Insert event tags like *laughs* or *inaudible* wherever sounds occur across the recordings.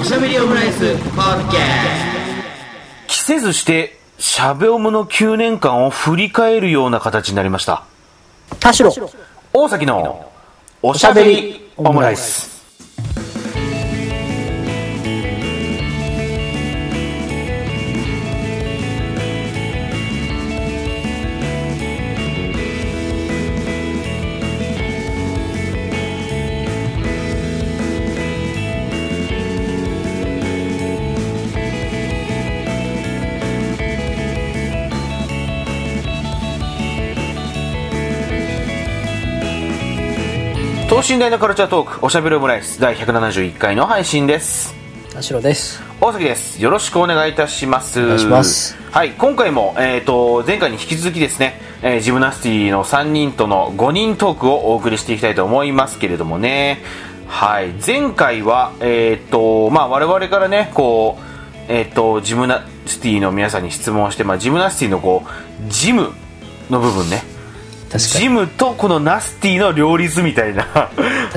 おしゃべりオムライスポッケ着せずして、しゃべおむの9年間を振り返るような形になりました。田代大崎のおしゃべりオムライス。等身大のカルチャートーク、おしゃべりオムライス第171回の配信です。田代です大崎です。よろしくお願いいたします。お願いします。はい、今回も、えっ、と、前回に引き続きですね、えージムナスティの3人との5人トークをお送りしていきたいと思いますけれどもね。はい、前回は、えっ、と、まあ、我々からね、こう、えっ、と、ジムナスティの皆さんに質問をして、まあ、ジムナスティのこう、ジムの部分ね、確かジにムとこのナスティの両立みたい *laughs* な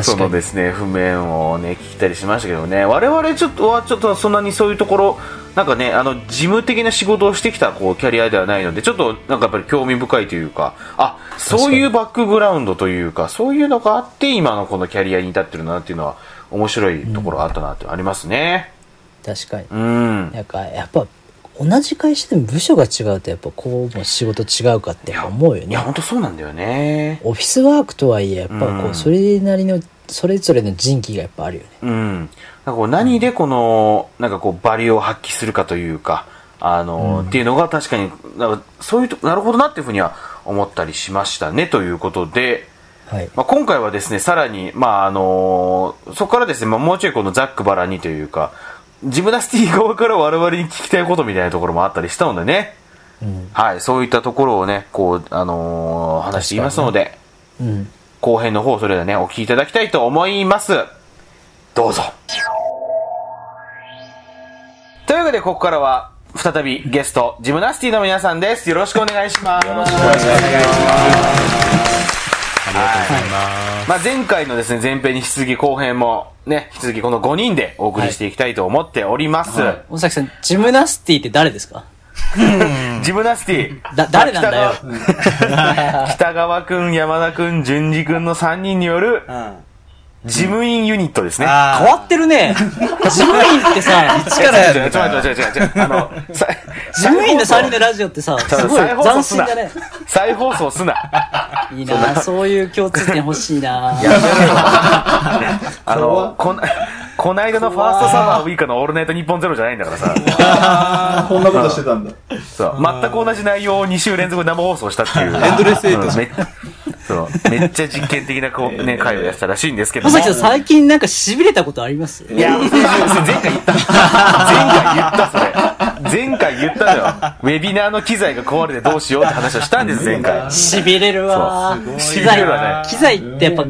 そのですね譜面をね聞いたりしましたけどね我々ちょっとはちょっとそんなにそういうところなんかねあの事務的な仕事をしてきたこうキャリアではないのでちょっとなんかやっぱり興味深いというかあそういうバックグラウンドというかそういうのがあって今のこのキャリアに至ってるなっていうのは面白いところあったなってありますね確かにうんなんかやっぱ同じ会社でも部署が違うとやっぱこうも仕事違うかってやっぱ思うよいねや本当そうなんだよねオフィスワークとはいえやっぱうこんうそれなりのそれぞれの人気がやっぱあるよねうん、なんかこう何でこの、なんかこうバリューを発揮するかというか、あの、っていうのが確かに、なんかそういうと、なるほどなっていうふうには思ったりしましたね、ということで、はいまあ、今回はですね、さらに、まああのそこからですね、まあ、もうちょいこのざっくばらんにというか、ジムナスティ側から我々に聞きたいことみたいなところもあったりしたのでね、うんはい、そういったところをね、こう、あのー話していますので、うん後編の方、それではね、お聞きいただきたいと思います。どうぞ。というわけで、ここからは、再びゲスト、ジムナスティの皆さんです。よろしくお願いします。よろしくお願いします。まあ、前回のですね、前編に引き続き後編も、ね、引き続きこの5人でお送りしていきたいと思っております。大崎さんジムナスティって誰ですかジムナスティ。だ誰なんだよ北川北川くん、山田くん、淳二くんの3人による、事務員ユニットですね。変わってるね *laughs* 事務員ってさ違う違う違う違う違う違うあの、さ事務員の3人のラジオってさすごい再放送斬す新なだね。再放送すな。いいなそういう共通点欲しいなあの、こん、こないだのファーストサマーウイカのオールナイトニッポンゼロじゃないんだからさ。こんなことしてたんだ。そう。全く同じ内容を2週連続生放送したっていう。エンドレスエイトうんめそう。めっちゃ実験的なこう、ね、会をやってたらしいんですけどまも。さきさん最近なんか痺れたことありますいや、前回言った。前回言った、それ。前回言ったのよ。ウェビナーの機材が壊れてどうしようって話をしたんです、前回。痺れるわーすご機いな材機材ってやっぱこ機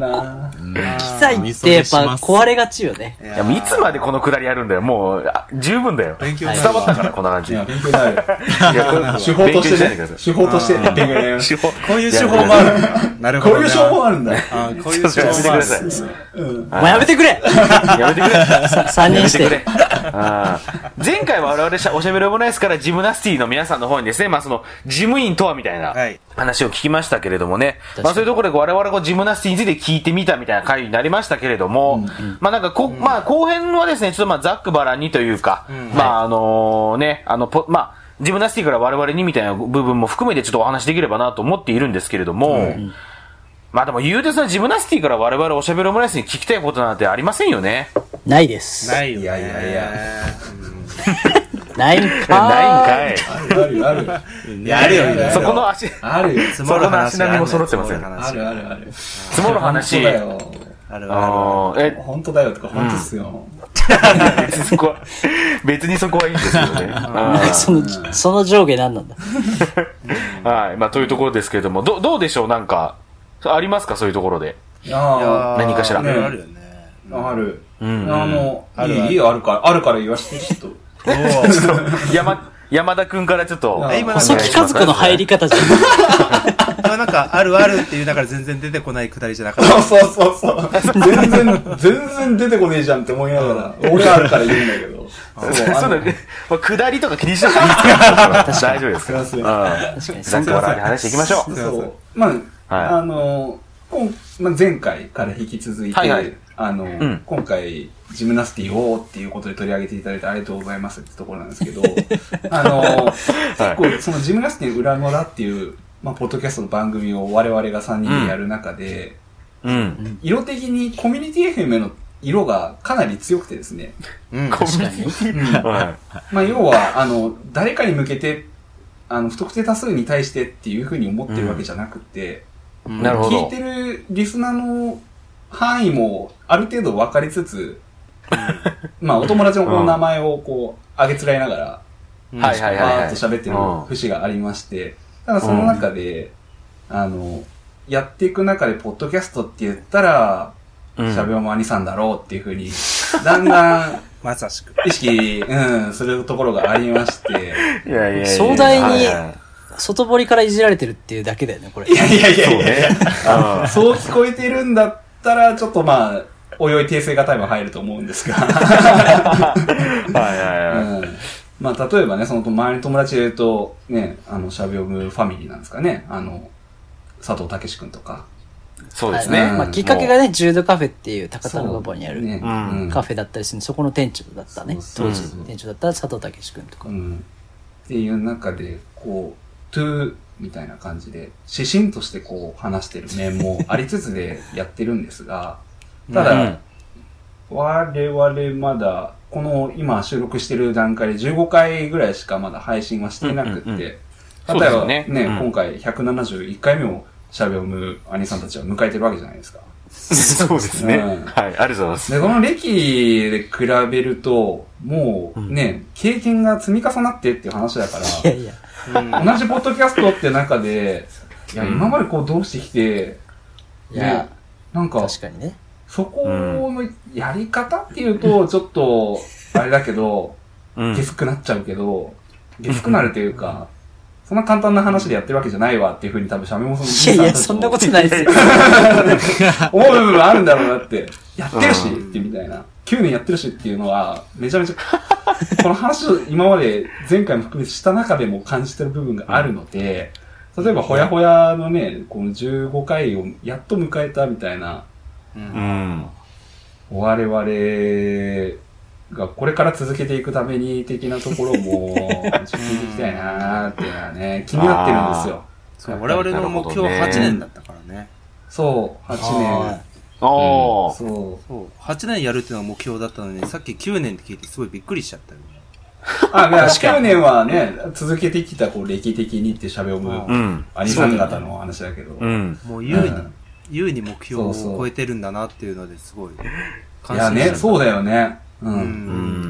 材ってやっぱ壊れがちよねいや、もういつまでこのくだりやるんだよ。もう、あ十分だよ。勉強伝になるわったから、こんな感じ。いいや、や、勉強になる。これ手法と勉して強ないでくだ。ねさ手法としてね。勉強になりまいす手 *laughs* 法。こういう手法もあるんだ。なるこういう手法あるんだ。あこういうちょ手っとやめ法てくだもある。さい。もうやめてくれ *laughs* やめてくれ。 3人しやめててくれ。あー前回は我々しゃおしゃべりオムライスからジムナスティの皆さんの方にですね、まあその、事務員とはみたいなはい話を聞きましたけれどもね、まあそういうところで我々こうジムナスティについて聞いてみたみたいな回になりましたけれども、まあなんかこ、まあ後編はですね、ちょっとまあざっくばらんにというか、まああのね、あの、ぽまあ、ジムナスティから我々にみたいな部分も含めてちょっとお話できればなと思っているんですけれども、まあでも言うてそのジムナスティから我々おしゃべりオムライスに聞きたいことなんてありませんよね。ないですないよね。いやいやいないんかないんかい。あるよあるよ。いやあるよ、いろいろそこの足、あるよ。積そもこるの話足並みも揃ってません。あああるるあるある。積もる話本当。だよ。あるああーえ、本当だよとか、本当っすよ。別にそこは、別にそこはいいんですけどね。そのその上下何なんだうんはい。まあ、というところですけれども、ど、どうでしょうなんか、ありますかそういうところで。ある。何かしらねあるよね。あ、ある。んあの、あるあるいい *laughs* いいあるから、あるから言わせて、ちょっと。山、山田くんからちょっと。あ今なんか細木和子の入り方じゃん。今なんか、あるあるっていう中で全然出てこないくだりじゃなかっそうそうそうそう。全然、全然出てこねえじゃんって思いながら、俺あるから言うんだけど。そうだね。まあ、下りとか気にしなくていいですから。大丈夫ですすいから。まうん確せん。かにざっくばらんに話していきましょう。そう。まあ、はいあの、こんまあ、前回から引き続いて、はいはいあの、ん今回、ジムナスティをっていうことで取り上げていただいてありがとうございますってところなんです *laughs* けど、あの、結構そのジムナスティ裏野だっていう、まあ、ポッドキャストの番組を我々が3人でやる中で、うん。色的にコミュニティ FM の色がかなり強くてですね、た。うん。確かにまあ、要は、あの、誰かに向けて、あの、不特定多数に対してっていうふうに思ってるわけじゃなくて、うん。 *laughs* なるほ聞どいて。るリスナーの範囲もある程度分かり *laughs* つつ、まあお友達のこの名前をこう、あげつらいながら、はいはいはいはバーい。ッと喋ってるうん節がありまして、ただその中で、あの、やっていく中で、ポッドキャストって言ったら、うん喋りも兄さんだろうっていうふうに、だんだんまさしく。意識、うん、するところがありま *laughs* して、いやいやいや壮大にはいは外堀からいじられてるっていうだけだよね、これ。いやいやいいやそういやね。うんそう聞こえてるんだったら、ちょっとまあ、おいおい訂正が多分入ると思うんですが。 *laughs* はいはいはい。うんまあ、例えばね、その周りの友達で言うと、ね、あの、シャビオムファミリーなんですかね、あの、佐藤健くんとか。そうですはいね。まあ、きっかけがね、重度カフェっていう高田馬場にある、ね、うんうんカフェだったりするんでそこの店長だったね。そう当そう時そう、店長だった佐藤健君とかう。ん。っていう中で、こう、トゥーみたいな感じで、指針としてこう話してる面もありつつでやってるんですが、ただ、うん我々まだ、この今収録してる段階で15回ぐらいしかまだ配信はしていなくって、うんうんうん例そえうですばよねねうん今回171回目をしゃべをむ兄さんたちは迎えてるわけじゃないですか。そうですね。うんはい、ありがとうございます。で、この歴で比べると、もうね、経験が積み重なってっていう話だかいやら、いや、同じポッドキャストって中で、いや、うん今までこうどうしてきて、いやね、なんか、確かにね。そこのやり方っていうと、ちょっと、あれだけど、うんゲスくなっちゃうけど、ゲスくなるというか、そんな簡単な話でやってるわけじゃないわっていうふうに多分シャメモいさやんいや、そんなことないですよ。思う部分はあるんだろうなって、やってるしってみたいな。9年やってるしっていうのは、めちゃめち *laughs* ゃ、この話を今まで前回も含めてした中でも感じてる部分があるので、例えばほやほやのね、この15回をやっと迎えたみたいな、うん。我々がこれから続けていくために的なところも、ちょっと聞いていきたいなーっていうのはね、気になってるんですよ。そう我々の目標なるほどね8年だったからね。そう、8はお年。ー。そう。そう。8年やるっていうのが目標だったのに、さっき9年って聞いてすごいびっくりしちゃったよね。あ、いや、9年はね、続けてきた、こう、歴的にって喋うる、ん。兄さん方の話だけど。うん。もう優に、うん優に目標をそうそう超えてるんだなっていうのですごいい感や心しね、そうだよ。よね。う。うん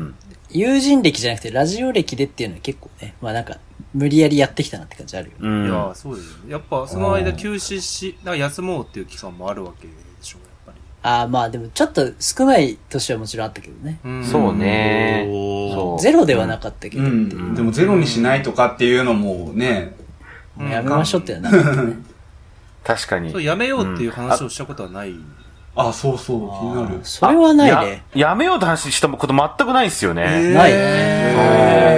ん。友人歴じゃなくて、ラジオ歴でっていうのは結構ね、まあなんか、無理やりやってきたなって感じあるよね。いうんや、そうですよね。やっぱその間うん休止し、なんか休もうっていう期間もあるわけでしょう、やっああ、まあでもちょっと少ない年はもちろんあったけどね。ぱり。んそう。ね。そうゼロではなかったけうどってん。いうでも、ゼロにしないとかっていうのもね、うんやめましょうっていうのはなかったね。確かに。そう、やめようっていう話をしたことはない。あ、そうそう、気になる。それはないね。ややめようって話したこと全くないですよね。ないへ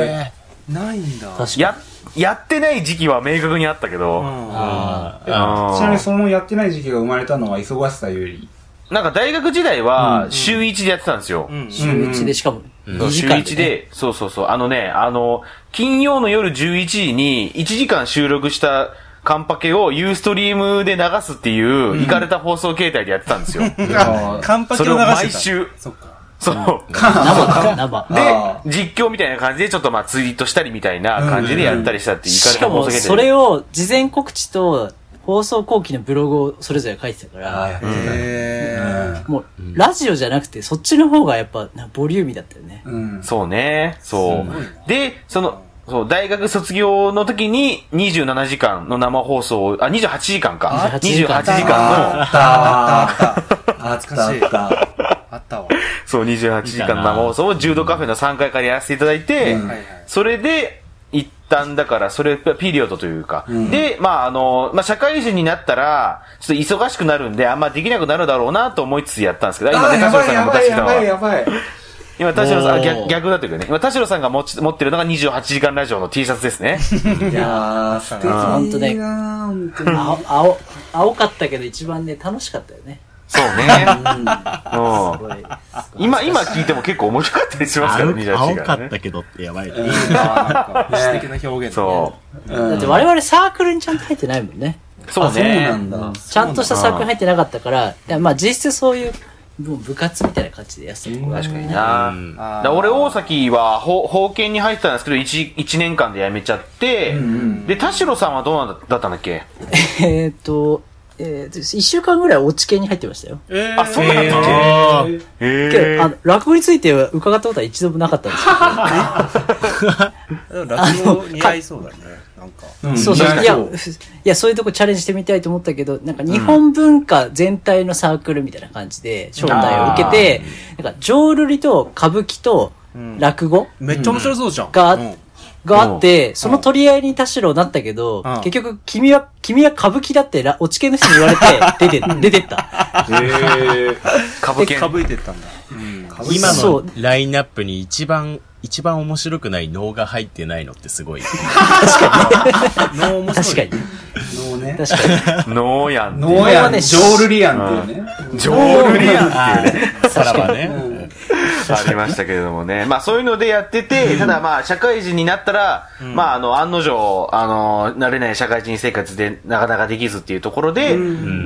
ね。ないんだ。確かに。や、やってない時期は明確にあったけうど、んあちなみにそのやってない時期が生まれたのは忙しさより。なんか大学時代は週1でやってたんですよう。ん。週1でしかも2時週間1でね。で、そうそうそう、あのね、あの、金曜の夜11時に1時間収録したカンパケをユーストリームで流すっていう、いかれた放送形態でやってたんですよ。あカンパ *laughs* そケれをを流してた。毎週、そっか。そう。生だ、 *laughs* 生。であ、実況みたいな感じで、ちょっとまあツイートしたりみたいな感じでやったりしたって、いかしれかた放も送そ形れ態。を事前告知と放送後期のブログをそれぞれ書いてたかああ、やら、ってたね。へもうラジオじゃなくてそっちの方がやっぱなボリューミーだったよね。うん。そうね、そう。で、その、そう、大学卒業の時に27時間の生放送を、あ、28時間か。 28時間28時間のあ、ったあったあった。懐かしいあったあった。あったわ。そう、28時間の生放送を柔道カフェの3階からやらせていただいて、うんはいはい。それで、旦だから、それ、ピリオドというか。で、まあ、あの、まあ、社会人になったら、ちょっと忙しくなるんで、あんまできなくなるだろうなと思いつつやったんですけど、今あー、ね、田や代ばいさんやが出ばしいてたやのはばいやばい。今、田代さん、あおー逆、逆だというかね、今、田代さんが持ち持ってるのが28時間ラジオの T シャツですね。いやー、素敵あーほんとねだな本当に。青青青かったけど一番ね楽しかったよねそううね。んすうごいん。今、今聞いても結構面白かったりしますからね、28時間、ね。青かったけどってやばいね。あーなんか詩的な表現だねそうんだって我々サークルにちゃんと入ってないもんねう。そうあそうね。なんだ。ちゃんとしたサークルに入ってなかったからいやまあ実質そういうもう部活みたいな感じでやってた確かになだから俺、大崎は、ほ保険に入ってたんですけど、1、一年間で辞めちゃって、で、田代さんはどうなんだだったんだっけえっと、えー、1週間ぐらい落ち系に入ってましたよ。えーあ、そうなんだっけあーけどへあの落語については伺ったことは一度もなかったんですけでも落語似合いそうだね。なんか。んど、そうそう、いや、似合そういや、そういうとこチャレンジしてみたいと思ったけど、なんか日本文化全体のサークルみたいな感じで招待を受けて、なんか浄瑠璃と歌舞伎と落語めっちゃ面白そうじゃん。が、うんがあって、その取り合いに田代なったけど、うん結局君は、君は歌舞伎だってら落ち系の人に言われ *laughs* て、出て、出てった。へー歌舞か伎。ぶいてったんだ。今そのうラインナップに一番、一番面白くない能が入ってないのってすごい。脳面確か白にい。。脳ね。確かに。ノーヤン。脳やはねん、ジョールリアンっていうね。ジョールリアンああ、さらばね。ありましたけれどもね。まあそういうのでやってて、ただまあ社会人になったら、まああの案の定、あの、慣れない社会人生活でなかなかできずっていうところで、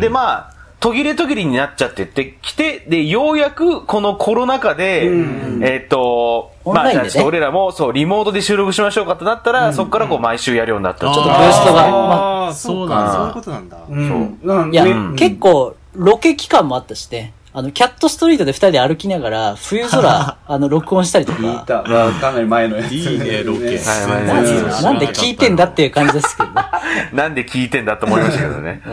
でまあ、途切れ途切れになっちゃってってきて、で、ようやくこのコロナ禍で、えっと、オンラインでまあ、じねゃあちょっと俺らも、そう、リモートで収録しましょうかってなったら、そこからこう毎週やるようになった。あーちょっブとーストがああ、そうそうなんか。だそういうことなんだ。うん。うんいや、ね結構、ロケ期間もあったしね。あの、キャットストリートで二人で歩きながら、冬 *laughs* 空、あの、録音したりと聞いか。た。まあかなり前のやつ。いいね、ロケ。はいはいなんでうんなんで聞いてんだっていう感じです *laughs* けどね。なんで聞いてんだと思いましたけどね。うん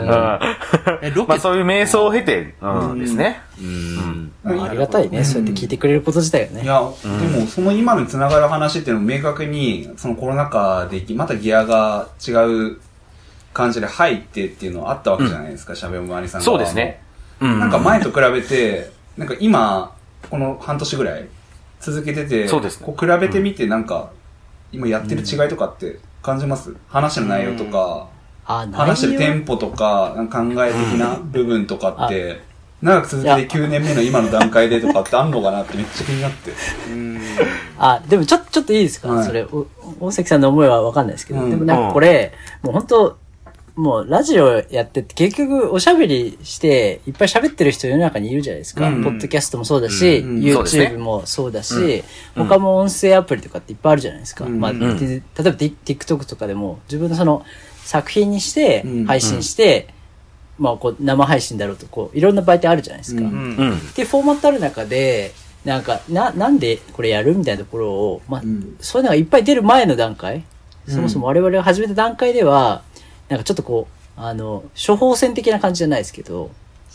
え、ロまケあそういう瞑想を経て、うん、ですね。うん。まあありがたいね。そうやって聞いてくれること自体がいね。や、でも、その今の繋がる話っていうのも明確に、そのコロナ禍で、またギアが違う感じで入ってっていうのはあったわけじゃないですか、喋、りもありさん側もそうですね。なんか前と比べて、なんか今、この半年ぐらい続けてて、そうですねこう比べてみて、なんか、今やってる違いとかって感じます、話の内容とか、あ、な話してるテるンポとか、なんか考え的な部分とかって、長く続けて9年目の今の段階でとかってあんのかなってめっちゃ気になって。あ、でもちょ、ちょっといいですかはいそれ、お大関さんの思いはわかんないですけど。うんでもなんかこれ、もう本当もうラジオやってて結局おしゃべりしていっぱい喋ってる人世の中にいるじゃないですか。うんうんポッドキャストもそうだし、うんうんそうですね YouTube もそうだし、他も音声アプリとかっていっぱいあるじゃないですか。うんまあ、うんで例えば Tik- TikTok とかでも自分のその作品にしてうん配信して、まあこう生配信だろうとこういろんな媒体あるじゃないですか。うんうん。っていうフォーマットある中で、なんか、な、なんでこれやるみたいなところを、まあ、んそういうのがいっぱい出る前の段階、そもそも我々が始めた段階では、なんかちょっとこう、あの、処方箋的な感じじゃないですけど、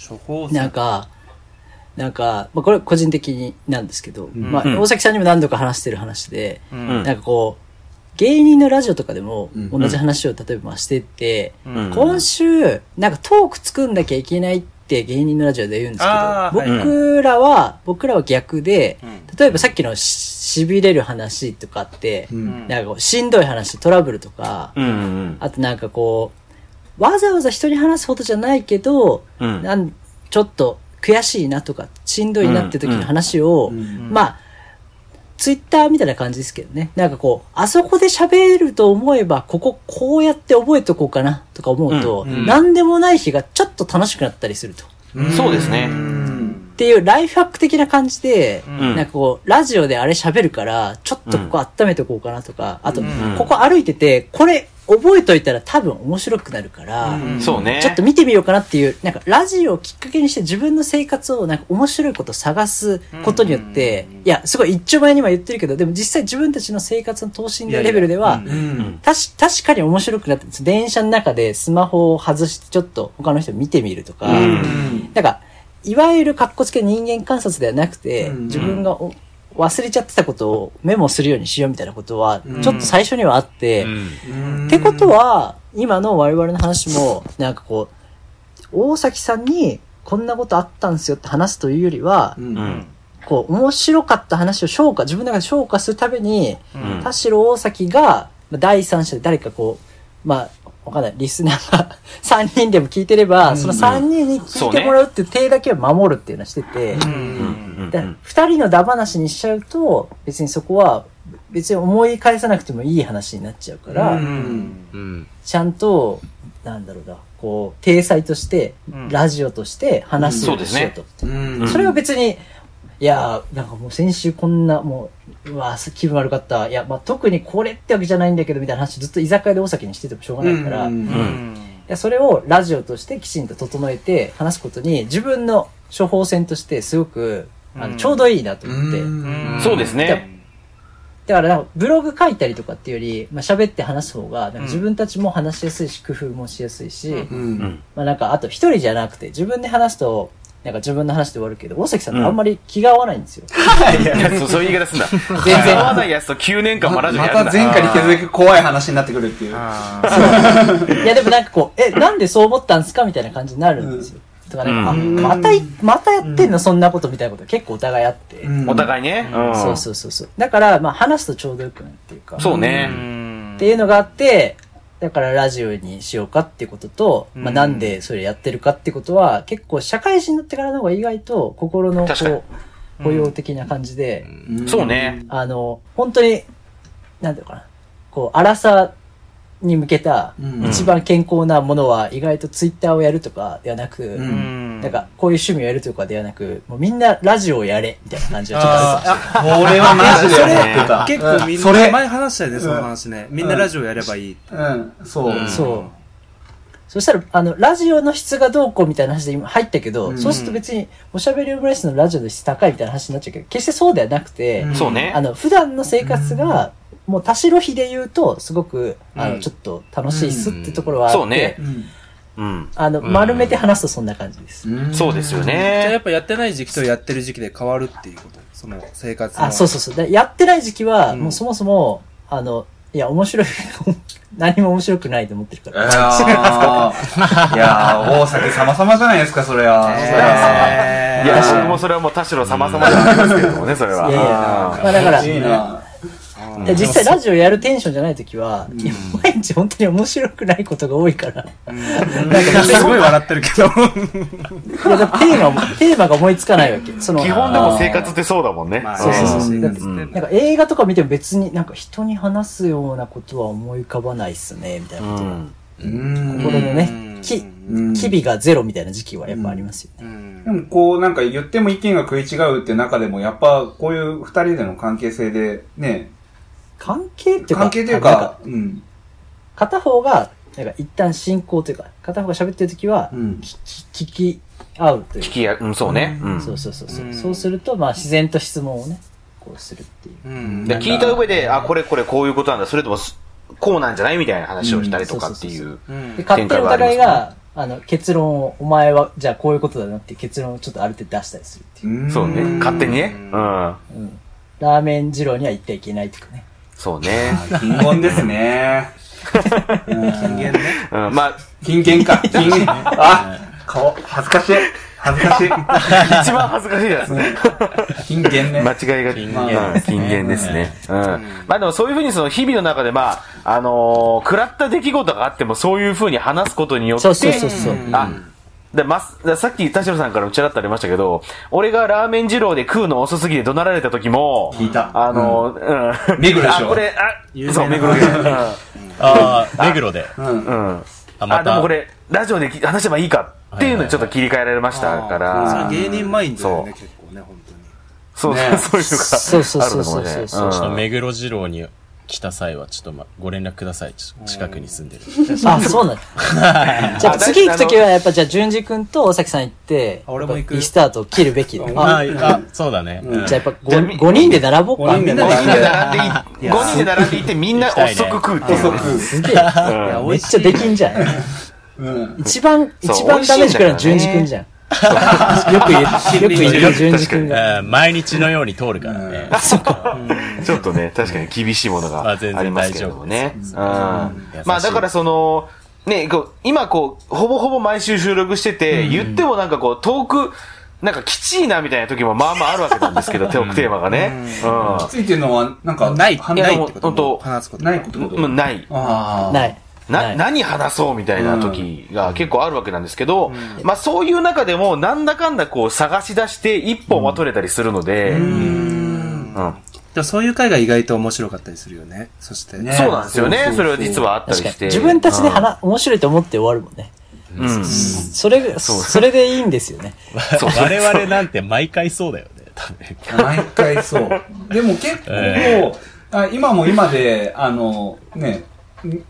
処方箋なんか、なんか、まあ、これ個人的になんですけど、まあ、うん大崎さんにも何度か話してる話で、うんなんかこう、芸人のラジオとかでもうん同じ話を例えばまあしてって、うん今週、なんかトーク作んなきゃいけないって芸人のラジオで言うんですけどあ、ーはい僕らは、僕らは逆で、ん例えばさっきのし痺れる話とかって、うんなんかこうしんどい話、トラブルとか、うんうん。あとなんかこう、わざわざ人に話すほどじゃないけど、うんなんちょっと悔しいなとか、しんどいなって時の話を、んまあ、ツイッターみたいな感じですけどね。なんかこう、あそこで喋ると思えば、こここうやって覚えとこうかなとか思うと、なんでもない日がちょっと楽しくなったりすると。そうですね。っていうライフハック的な感じで、んなんかこう、ラジオであれ喋るから、ちょっとここ温めておこうかなとか、あと、ここ歩いてて、これ覚えといたら多分面白くなるから、そうね。ちょっと見てみようかなっていう、なんかラジオをきっかけにして自分の生活をなんか面白いことを探すことによって、いや、すごい一丁前には言ってるけど、でも実際自分たちの生活の等身大レベルでは、うん。たし確かに面白くなって、電車の中でスマホを外してちょっと他の人見てみるとか、なんか、いわゆる格好つけ人間観察ではなくて、うん自分がお忘れちゃってたことをメモするようにしようみたいなことはうん、ちょっと最初にはあって、うん。ってことは、今の我々の話も、なんかこう、大崎さんにこんなことあったんですよって話すというよりはう、ん、ううんん。こう、面白かった話を消化、自分の中で消化するために、うん田代大崎が、まあ第三者で誰かこう、まあ、わかんない、リスナーが *laughs* 3人でも聞いてれば、うんその3人に聞いてもらうっていう手だけは守るっていうのはしてて、うんだ2人のダ話にしちゃうと、別にそこは、別に思い返さなくてもいい話になっちゃうから、うんうん。ちゃんと、なんだろうな、こう、体裁として、うんラジオとして話すようにしようと。うんそれは別に、いやー、なんかもう先週こんな、もう、うわー気分悪かった。いや、まあ、特にこれってわけじゃないんだけど、みたいな話ずっと居酒屋で大崎にしててもしょうがないから、うんいうんや、それをラジオとしてきちんと整えて話すことに、自分の処方箋としてすごく、あうのんちょうどいいなと思って。うんそうですね。だからなんかブログ書いたりとかっていうより、まあ、喋って話す方が、なんか自分たちも話しやすいし、工夫もしやすいし、うんうんうんまあなんか、あと一人じゃなくて、自分で話すと、なんか自分の話で終わるけど、大崎さんってあんまり気が合わないんですよ。いやそうそういう言い方すんだ。然合わないやつと9年間もラジオまやるたんだ。前回に引き続き怖い話になってくるっていう。あいやでもなんかこう、え、なんでそう思ったんですかみたいな感じになるんですよ。とかなんうんか、あ、またい、またやってんのそんなことみたいなこと結構お互いあって。うんお互いね。うんそうそうそうそう。だから、まあ話すとちょうどよくなるっていうか。そうーね。うんっていうのがあって、だからラジオにしようかってことと、まうあんなんでそれやってるかってことは、結構社会人になってからの方が意外と心の確かにこう、保養的な感じで、んそうね。あの、本当に、なんていうのかな、こう、荒さに向けた、うん一番健康なものは、意外とツイッターをやるとかではなく、ううんなんか、こういう趣味をやるとかではなく、もうみんなラジオをやれ、みたいな感じがちょっとあるかもしれないあこれはマジで思ってあた。結構みんそれな、前話したよね、その話ね。みんなラジオやればいい。うん、そう。んそう。そしたら、あの、ラジオの質がどうこうみたいな話で今入ったけど、うんそうすると別に、おしゃべりオムライスのラジオの質高いみたいな話になっちゃうけど、決してそうではなくて、うんそうねあ。の、普段の生活が、もう田代比で言うと、すごく、あうの、んちょっと楽しいっすってところはあって、うんそうねうんうん。あの、うん丸めて話すとそんな感じです。そうですよ。じゃあやねっ。ぱやってない時期とやってる時期で変わるっていうこと。その生活の。あ、そうそうそう。でやってない時期は、うんもうそもそも、あの、いや、面白い、 *laughs* 何も面白くないと思ってるかいやら。ー、いやー大崎様様じゃないですか、それは。それはえいーや、僕もそれはもう田代様々ではありますけれどもね、それは。いやいや、まあだから、いいな。で実際ラジオやるテンションじゃない時は、いや毎日本当に面白くないことが多いから、すごい笑ってるけど。いやだってテーマも、テーマが思いつかないわけ。その、基本でも生活ってそうだもんね。まあそうそうそう生活してうんんなんだか映画とか見ても別になんか人に話すようなことは思い浮かばないっすね、みたいなことは。ん。うん心のうねん、き、うん機微がゼロみたいな時期はやっぱありますよね。うんでもこうなんか言っても意見が食い違うって中でもやっぱこういう二人での関係性でね、関係っていうか、関係というなんかか、うん。片方が、なんか一旦進行というか、片方が喋ってる時はう、ん。き聞き合うという聞きや、うん、そうね。うん。そうそうそうそう。うんそうすると、まあ自然と質問をね、こうするっていう。うんで聞いた上で、あ、これこれこういうことなんだ、それともすこうなんじゃないみたいな話をしたりとかっていう。うんで、勝手にお互展開いはが、あの、結論を、お前は、じゃあこういうことだなっていう結論をちょっとある程度出したりするっていう。そうね。ん勝手にね。うん。うん。ラーメン二郎には言ってはいけないとかね。そうね。金言ですね。金言ね。うん。まあ、金言か。金言。あ、顔、恥ずかしい。恥ずかしい。一番恥ずかしいやつ。金言 *laughs* ね。間違いが、禁言うん禁言ですね。うん。まあでもそういうふうにその日々の中で、まあ、あのー、食らった出来事があってもそういうふうに話すことによって、そうそうそうそう。あ、で、ます、ださっき田代さんからうちらっとありましたけど、俺がラーメン二郎で食うの遅すぎて怒鳴られた時も、聞いたあの、うん。目黒でしょあ、これ、あ、そう、目有黒名なで。うんああ、目黒で。うん。うん。あ、あ、までもたこ。れ、ラジオでき話せばいいかっていうのにちょっと切り替えられましたかあーら、それ芸人マインドだよね、そ結構ね、本当に。そう、ねそういうのが、そうそうそうあそうるのかそうもちょっしとれない。目黒二郎に来た際は、ちょっとま、ご連絡ください。ちょっと近くに住んでる。あ、そうなんだ。じゃああ大次行くときはやっぱじゃあ淳二君と大崎さん行って、あ俺も行くやっぱリスタートを切るべきだ。ああ、あ、そうだね。うんじゃあやっぱじゃあみ 5, 人で並ぼう五か。人で5並人でぼう並んでい、5人で並んでいってみんな遅く食うっていうね。すげえ。いや、美めっ味しちゃできんじゃん。うん。一番、そう一番ダメージくらいの美淳味し二いんだよね君じゃん。よく言う、よく言う、淳二君が。うん毎日のように通るからね。ちょっとね、確かに厳しいものがまああ全然りますけどもね。うんうんまあだからその、ね、こう今こう、ほぼほぼ毎週収録してて、言ってもなんかこう、遠く、なんかきちいなみたいな時もまあまああるわけなんですけど、トークテーマがね。きついてるのは、なんか、ない、はないっていやこでも本と当も話すことないことってこうとんうん。ない。ああ。ない。なな、い何話そうみたいな時が結構あるわけなんですけど、まあそういう中でもなんだかんだこう探し出して一本は取れたりするので、うんでもそういう回が意外と面白かったりするよね。そして。ねそうなんですよね。そそうそうそうれは実はあったり確かしに。て。自分たちで話、面白いと思って終わるもんね。うん。うんそれが、それでいいんですよね。そうそう我々なんて毎回そうだよね、多分。毎 *laughs* 回そう。でも結構、えあ今も今で、あの、ね、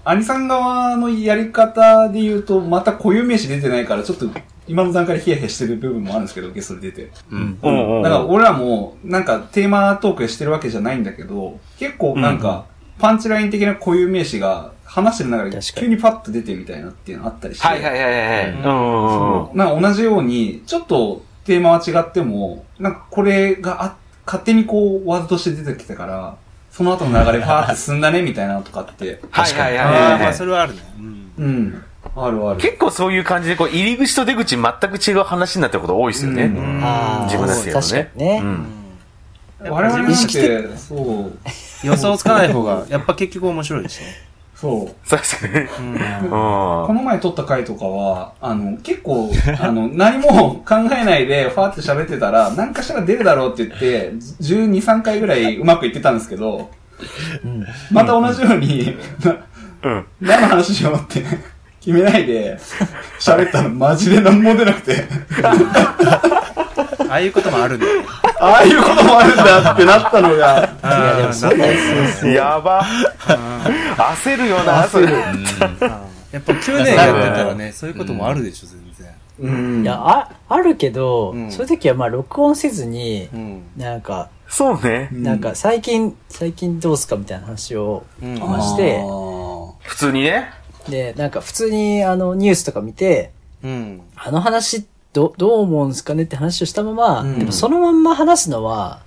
兄さん側のやり方で言うと、また固有名詞出てないから、ちょっと今の段階でヒヤヒヤしてる部分もあるんですけど、ゲストで出て。うんうんうんだから俺らも、なんかテーマトークしてるわけじゃないんだけど、結構なんか、パンチライン的な固有名詞が話してる中で確か急ににパッと出てみたいなっていうのあったりして。はいはいはいはい。うんうんうん。なんか同じように、ちょっとテーマは違っても、なんかこれがあ勝手にこうワードとして出てきたから、その後の流れパーって進んだねみたいなのとかって、はいはいはいああ、はいまはあいそ。れはあるね。うん。うん、あるある。結構そういう感じで、こう、入り口と出口全く違う話になってること多いですよね。うんあー自分ですよ確ねか。にねうん我々なん意識て、そう、予想つかない方が、やっぱ結局面白いしね。そう。確かに。うん。この前撮った回とかは、あの、結 *laughs* 構、あの、何も考えないで、ファーって喋ってたら、何かしら出るだろうって言って、12、3回ぐらいうまくいってたんですけど、また同じように、うん。何の話しようって決めないで喋ったらマジで何も出なくてああいうこともあるんだよね。ああいうこともあるんだってなったのがいや、でもそうだよ。 *laughs* やば。焦るよな、それ。やっぱ9年やってたらね、そういうこともあるでしょ、全然。うんいや、あ、あるけど、うんそういう時はまあ録音せずに、うん。なんか、そうね。なんか最近、最近どうすかみたいな話をうんまして、普通にね。で、なんか普通にあのニュースとか見て、うん。あの話ど、どう思うんすかねって話をしたまま、うんでもそのまんま話すのは、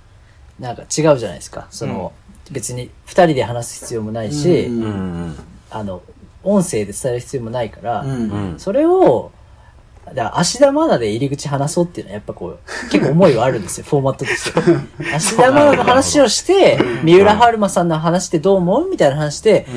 なんか違うじゃないですか。その、別に二人で話す必要もないし、うんうんあの、音声で伝える必要もないから、うん。うん。それを、だから芦田愛菜で入り口話そうっていうのはやっぱこう、結構思いはある *laughs* んですよ、フォーマットとして。芦田愛菜の話をして、三浦春馬さんの話ってどう思うみたいな話で、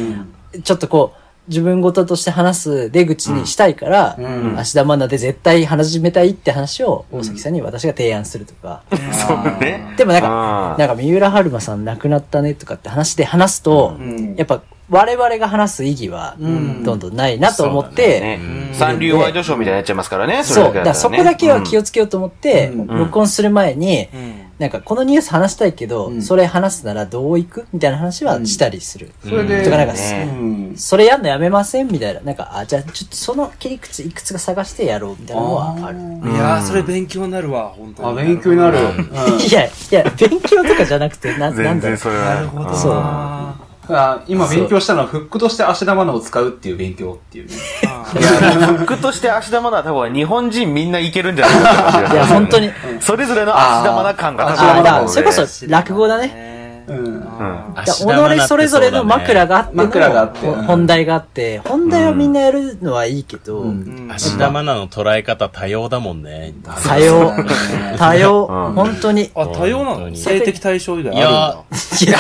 ちょっとこう、自分事として話す出口にしたいから、ん芦田愛菜で絶対始めたいって話を大崎さんに私が提案するとか。そうね。でもなんうかん、なんか三浦春馬さん亡くなったねとかって話で話すと、やっぱ我々が話す意義は、どんどんないなと思って、ね三流ワイドショーみたいになっちゃいますからね。そう。だからそこだけは気を。をつけようと思って、うん録音する前に、うん。なんかこのニュース話したいけど、それ話すならどういくみたいな話はしたりする。それでとかなんか、ねうんそれやんのやめませんみたいな。なんか、あ、じゃあちょっとその切り口いくつか探してやろうみたいなのはある。いやー、それ勉強になるわ、本当あに。勉強になるいや、いや、勉強とかじゃなくて、な、なん全だ然ろう。それは。なるほどそうなあ今勉強したのはフックとして足玉のを使うっていう勉強っていうねフックとして芦田愛菜は多分日本人みんないけるんじゃないかなって感じいがや、する本当に。それぞれの芦田愛菜感があー、だから多分それこそ落語だね。ね。うんうんだから己それぞれの枕があっての、枕があってほ本題があって、本題はみんなやるのはいいけど、うん芦田愛菜の捉え方多様だもんね。多様そうだね、多様、うん本当に。いあ、多様な本当のに性的対象以外いやあや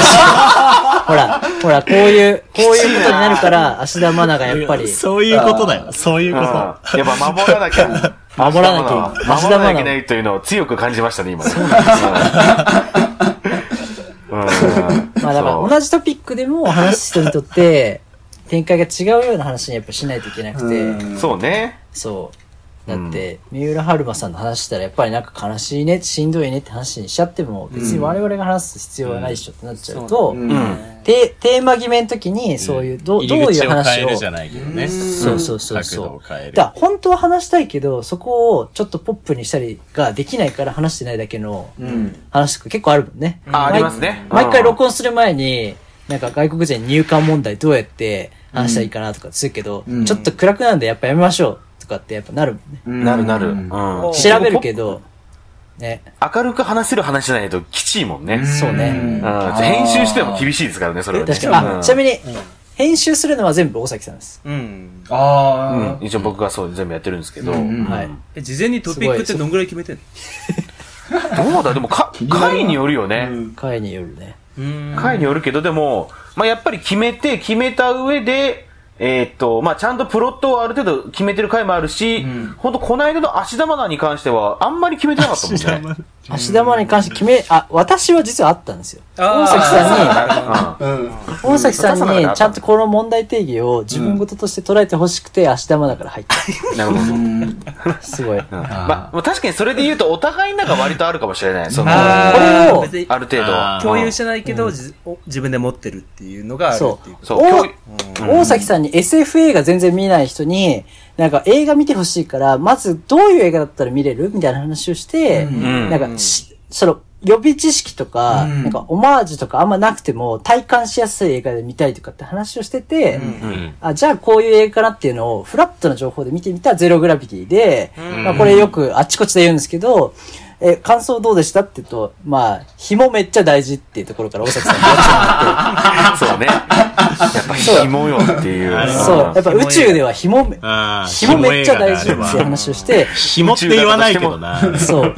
ほら、ほら、こういう、こういうことになるから、芦田愛菜がやっぱり、そういうことだよ。そういううんこやと。っぱ守らなきゃ。守ら守らななきゃきゃ守らなきゃいけないというのを強く感じましたね、今ね。そうなんまあだから同じトピックでも話す人にとって、展開が違うような話にやっぱしないといけなくて、うんそうね。そう。だって、三浦春馬さんの話したらやっぱりなんか悲しいね、しんどいねって話にしちゃっても、別に我々が話す必要はないでしょってなっちゃうと、うんうん。テテーマ決めの時に、そういう、どうどう入りいう口を話変えを。るじゃないけどね。そうそうそうそう角度を変える。だから本当は話したいけど、そこをちょっとポップにしたりができないから話してないだけのうん話とか結構あるもんね。あ、あ毎りますね。 *laughs* 毎回録音する前に、なんか外国人入管問題どうやって話したらいいかなとかするけど、ちょっと暗くなるんでやっぱやめましょう。とかってやっぱなるもんね。なるなる。ううんん。調べるけど、ね。明るく話せる話じゃないときちいもんね。そううねん。編集しても厳しいですからね、それはね。確かに。あ、ちなに。みに、編集するのは全部大崎さんです。うん。あうん一応僕がそう全部やってるんですけど。うんうんはい。え、事前にトピックってどんぐらい決めてんのどうだでもかになるな回によるよあ。ね。うん会によるね。うん回によるけど、でも、まあ、やっぱり決めて、決めた上で、えーっと、まあ、ちゃんとプロットをある程度決めてる回もあるし、ほんとこの間の芦田愛菜に関しては、あんまり決めてなかったもんね。芦田愛菜に関して決め、あ、私は実はあったんですよ。あー大崎 *laughs* さんに、うんうん。大崎さんうんにちゃんとこの問題定義を自分事として捉えてほしくて、芦田愛菜から入った。なるほど。すごい。まあ、まあ確かにそれで言うと、お互いの中割とあるかもしれない。その、ああこれーを別るに程度。あー共有してないけど、じお自分で持ってるっていうのがあるそっていうう。そうお教育大崎さんに SF 映画全然見ない人に、なんか映画見てほしいから、まずどういう映画だったら見れるみたいな話をして、んなんかし、その、予備知識とか、うんなんかオマージュとかあんまなくても、体感しやすい映画で見たいとかって話をしてて、うん。あじゃあこういう映画かなっていうのをフラットな情報で見てみたゼログラビティで、まあこれよくあっちこっちで言うんですけど、え、感想どうでしたって言うと、まあ、紐めっちゃ大事っていうところから大崎さんに言われちゃっ *laughs* てそうね。やっぱ紐よっていう。そう。やっぱ宇宙では紐め、あー紐めっちゃ大事っていう紐映画があれば話をして、紐って言わないけどな。そう。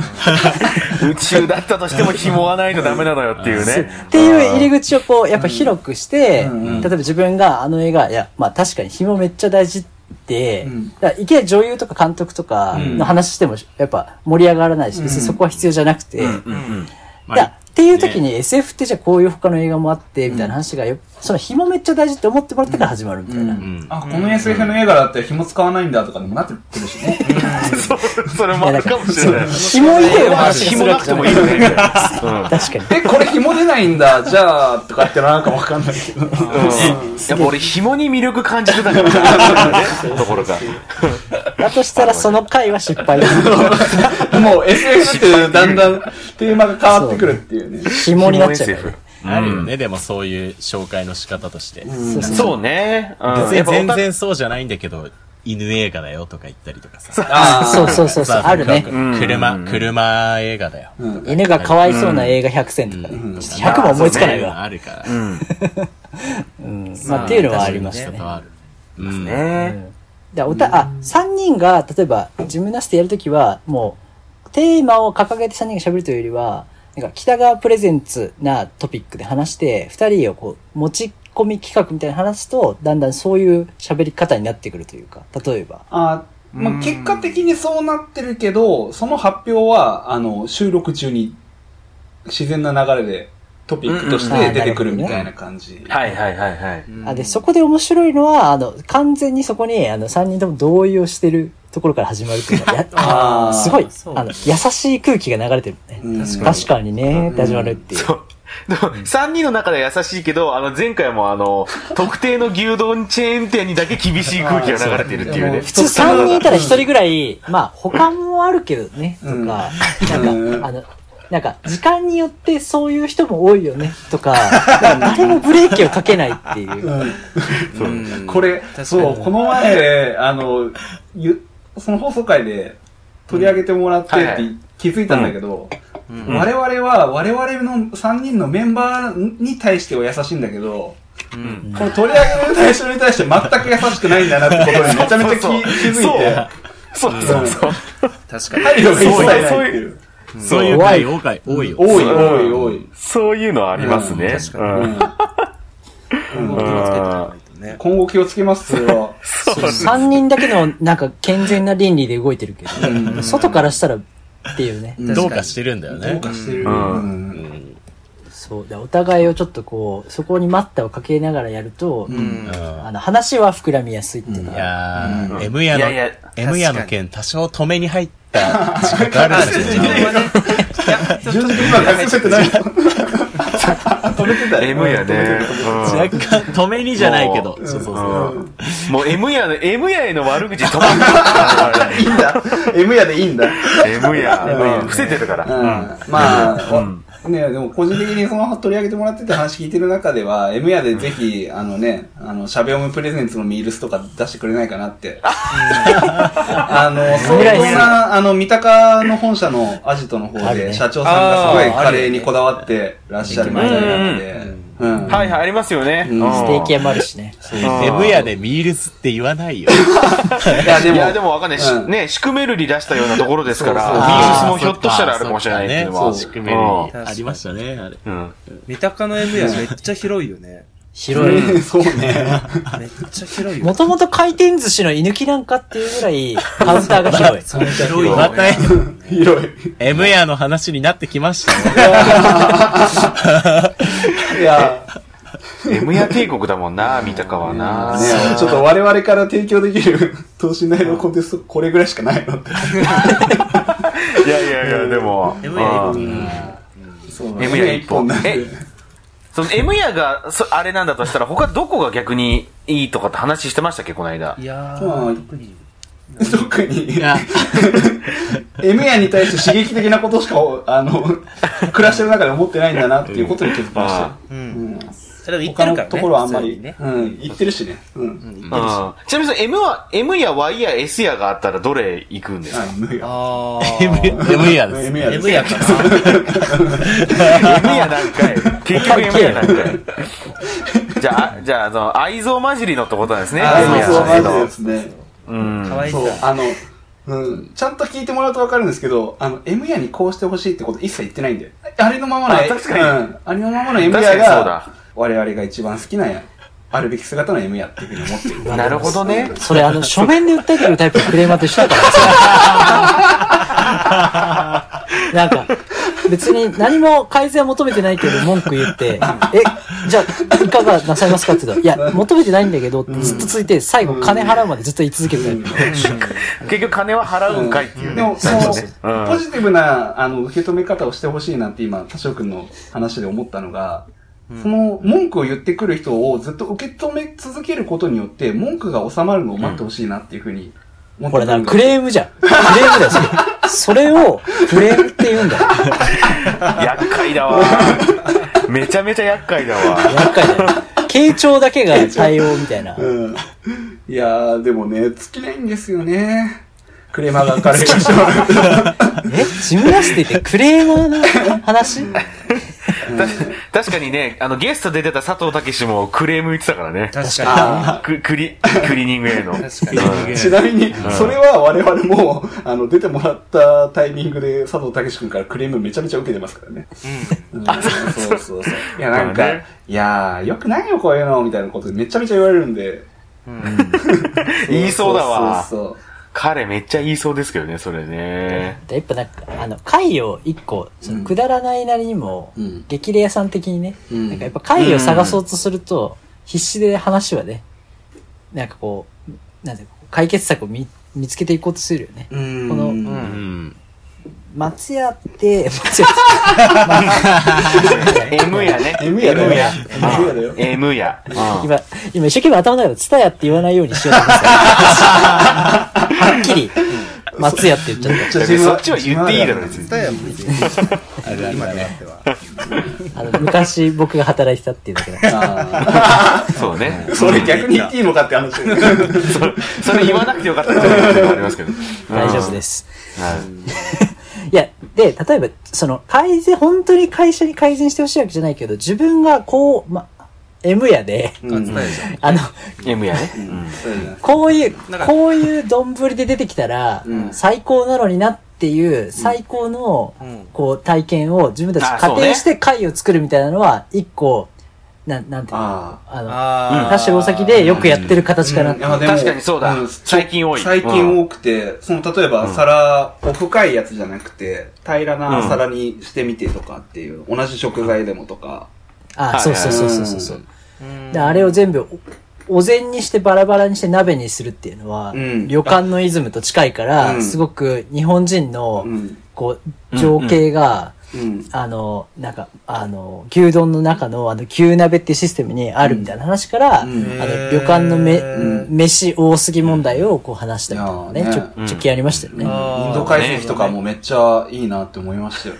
宇宙だったとしても紐はないとダメなのよっていうね。っていう入り口をこう、やっぱ広くして、うんうん例えば自分があの映画、いや、まあ確かに紐めっちゃ大事って、うんだからいきなり女優とか監督とかの話しても、やっぱ盛り上がらないし、別にそこは必要じゃなくて、まいやあ、っていう時に SF ってじゃあこういう他の映画もあって、みたいな話がよ、その紐めっちゃ大事って思ってもらってから始まるみたいな。うんあ、この SF の映画だったら紐使わないんだとかでもなってくるしね。そうそれもあるかもしれない。紐以外の話をす紐るわなけくじてゃなもいいいよね。確かに。え、これ紐出ないんだ、じゃあ、とかってのはなんかわかんないけど。やっぱ俺紐に魅力感じてたからね。ところが。だとしたらその回は失 *laughs* 敗。もう SF っていうだんだんテーマが変わってくるっていうね。紐になっちゃうからね、紐 SF あるよね、でもそういう紹介の仕方として。そうそうそうね。うん別やにっぱお互全い然そうじゃないんだけど、犬映画だよとか言ったりとかさ。あそうそうそうそう、さあるね。なんか車、車映画だよ。犬がかわいそうな映画100選とかね。ちょっと100も思いつかないわ。あるから。まあっていうのはありましたね。とある。うん。ね。でおたあ、3人が、例えば、ジムナステやるときは、もう、テーマを掲げて3人が喋るというよりは、なんか、北川プレゼンツなトピックで話して、2人をこう、持ち込み企画みたいな話すと、だんだんそういう喋り方になってくるというか、例えば。あまあ、結果的にそうなってるけど、その発表は、あの、収録中に自然な流れでトピックとしうんうんうてん出てくるみたいな感じ。はいはいはいはい。あで、そこで面白いのは、あの、完全にそこに、あの、3人とも同意をしてるところから始まるっていうのは *laughs* やあーすごい、そうあの、優しい空気が流れてるね。確確かにね、って始まるっていう。でも3人の中では優しいけど、あの前回もあの、特定の牛丼チェーン店にだけ厳しい空気が流れてるっていうね。普通3人いたら1人ぐらい、まあ、他もあるけどね、とか、うんなんうか、んあの、なんか、時間によってそういう人も多いよね、とか、なんか誰もブレーキをかけないっていう。うんこれ、そう、この前、あの、ゆその放送回で取り上げてもらってっうんはいはてい気づいたんだけど、我々は我々の3人のメンバーに対しては優しいんだけど、この取り上げる対象に対して全く優しくないんだなってことにめちゃめちゃ気そう気づいて、そうそうそう。確かに。配慮が一切そうないってい。いうそういう回多い多いよ。多い多い多い。そういうのはありますね。確うんかに。今後気をつけていかないとね。今後気をつけます、それは。 3人だけの、なんか、健全な倫理で動いてるけど、外からしたら、っていうね。どうかしてるんだよどうね。かしてる。んうんそう。でお互いをちょっとこう、そこに待ったをかけながらやると、うん。あの、話は膨らみやすいっていういか。やー、M やのいやいや、 M やの件多少止めに入った自覚あるんだけどね。十字今隠せてない。止めてたよ M やね。若干止めにじゃないけど。そうそうそう。うんもう M やの、M やへの悪口止ま *laughs* いいんだ。M やでいいんだ。る。M や。伏せてるから。うんまあ、ねでも個人的にその取り上げてもらってた話聞いてる中では、M やでぜひ、あのね、あの、しゃべおむプレゼンツのミールスとか出してくれないかなって。 *laughs* あの、そう未来いうな、あの、三鷹の本社のアジトのあ方るで、ね社長さんがすごいあーカレーにこだわってらっしゃるみたいなので、うん。はいはい、ありますよね。うんうんステーキ屋もあるしね。セブヤでミールスって言わないよ。いや、でも、いや、でもわかんない。しうんね、シクメルリ出したようなところですから、そうミそうールスもひょっとしたらあるかもしれないっていうのそは。う仕そっか組めるにうんありましたね、あれ。うん。三鷹の M やめっちゃ広いよね。広い。 *laughs* そうね。めっちゃ広いよも。ともと回転寿司の居抜きなんかっていうぐらい、カウンターが広い。広いよまたね。広い。 M ヤの話になってきました *laughs* ね。いや、エムヤ帝国だもんな、三鷹はな。ね、ちょっと我々から提供できる *laughs* 等身大のコンテンツ、これぐらいしかないのって。いやいやいや、でも。 M やうんそうね M や一本なん。えで。、その M やが、そあれなんだとしたら、他どこが逆にいいとかって話してましたっけ、この間い。やうー、ん特に。特に *laughs* い、や、 M やに対して刺激的なことしか、あの、暮らしてる中で思ってないんだなっていうことに気づきました。うん。うんそれでも行って他るのからね。ところはあんま普通りに、ね。うん、言ってるしね。うん。うん、行うっんてるし。ちなみにその M は、M や Y や S やがあったらどれ行くんですかあ、M や。あ M ヤです。 M ー。や M やかな。 M やなんかい。結局 M やなんかい。じゃあ、じゃあ、その、愛憎混じりのってことなんですね。あー M やそう、なんですけマどジですね。うん。可愛いそうさ、。あの、うん、ちゃんと聞いてもらうとわかるんですけど、あの、M ヤにこうしてほしいってこと一切言ってないんで。あれのままの、あ確かにうん、あれのままの M 確かヤにそうがだ、我々が一番好きなや、あるべき姿の M ヤっていうふうに思ってい *laughs* る。なるほどね。それあの、書面で訴えてくるタイプのクレーマーと一緒だからなんか、別に何も改善は求めてないけど文句言って、え、じゃあ、いかがなさいますかって言うと、いや、求めてないんだけどってずっとついて、最後金払うまでずっと言い続けるタイプ。結局金は払うんかいっていうね *laughs* でも、。その、うんポジティブな、あの、受け止め方をしてほしいなって今、多少君の話で思ったのが、その、文句を言ってくる人をずっと受け止め続けることによって、文句が収まるのを待ってほしいなっていうふうに思ってこれたなんんでかすクレームじゃん。クレームだよ、それ。それをクレームって言うんだよ。厄介だわ。めちゃめちゃ厄介だわ。厄介だよ。傾聴だけが対応みたいな。うんいやー、でもね、尽きないんですよね。クレーマーが明るいでしょ。えジムラスティってクレーマーの話 *laughs* た確かにね、あの、ゲストで出てた佐藤健もクレーム言ってたからね。確かククリ、クリーニングへの。に。確か *laughs* に。ちなみに、それは我々も、あの、出てもらったタイミングで佐藤健君からクレームめちゃめちゃ受けてますからね。うんそうそうそう。 *laughs* いや、なんまあかね、いやー、よくないよ、こういうの、みたいなことめちゃめちゃ言われるんで。 *laughs* 言いそうだわそうそう彼めっちゃ言いそうですけどね、それね。やっぱなんか、あの、回を一個、そのくだらないなりにも、うん激レアさん的にね、うんなんかやっぱ回を探そうとすると、必死で話はね、なんかこう、なんていうか解決策を見見つけていこうとするよね。そう。うんこのうん。松屋って、松屋 M やね。 M やだよ。 M や。 M やだよ。 M や。うん今、今一生懸命頭の中でツタヤって言わないようにしようと思ってたはっきり、松屋って言っちゃった。じゃあそっちは言っていいだろ、別に。伝えはもう全然あるあるだね。あの、昔僕が働いてたっていうだけだから。あ *laughs* そうねー。それ逆に言っていいのかって話。それ言わなくてよかったっていうのもありますけど。大丈夫です。はいいや、で、例えば、その、改善、本当に会社に改善してほしいわけじゃないけど、自分がこう、ま、M やで、うん伝えじゃん。 *laughs* あの、 M やね。こういうなんか、こういう丼で出てきたらう、ん最高なのになっていう、最高のうん、こう、体験を自分たちあ仮そうね定して会を作るみたいなのは、一個、なん、なんていうのああ。あの、あ出して大先でよくやってる形かなってい。やでも確かにそうだちょ最近多い最近多くて、その、例えば、皿を深いやつじゃなくて、平らな皿にしてみてとかっていう、同じ食材でもとか。あ、そうそうそうそうそうそう。うんであれを全部おお膳にしてバラバラにして鍋にするっていうのは、うん旅館のイズムと近いから、うんすごく日本人の、うん。こう情景が、うん。あの、なんか、あの、牛丼の中の、あの、牛鍋っていうシステムにあるみたいな話から、うんあの、旅館のめ、う飯多すぎ問題をこう話したりとかね、いやちーょね、直近やりましたよね。インド解析とかもめっちゃいいなって思いましたよ。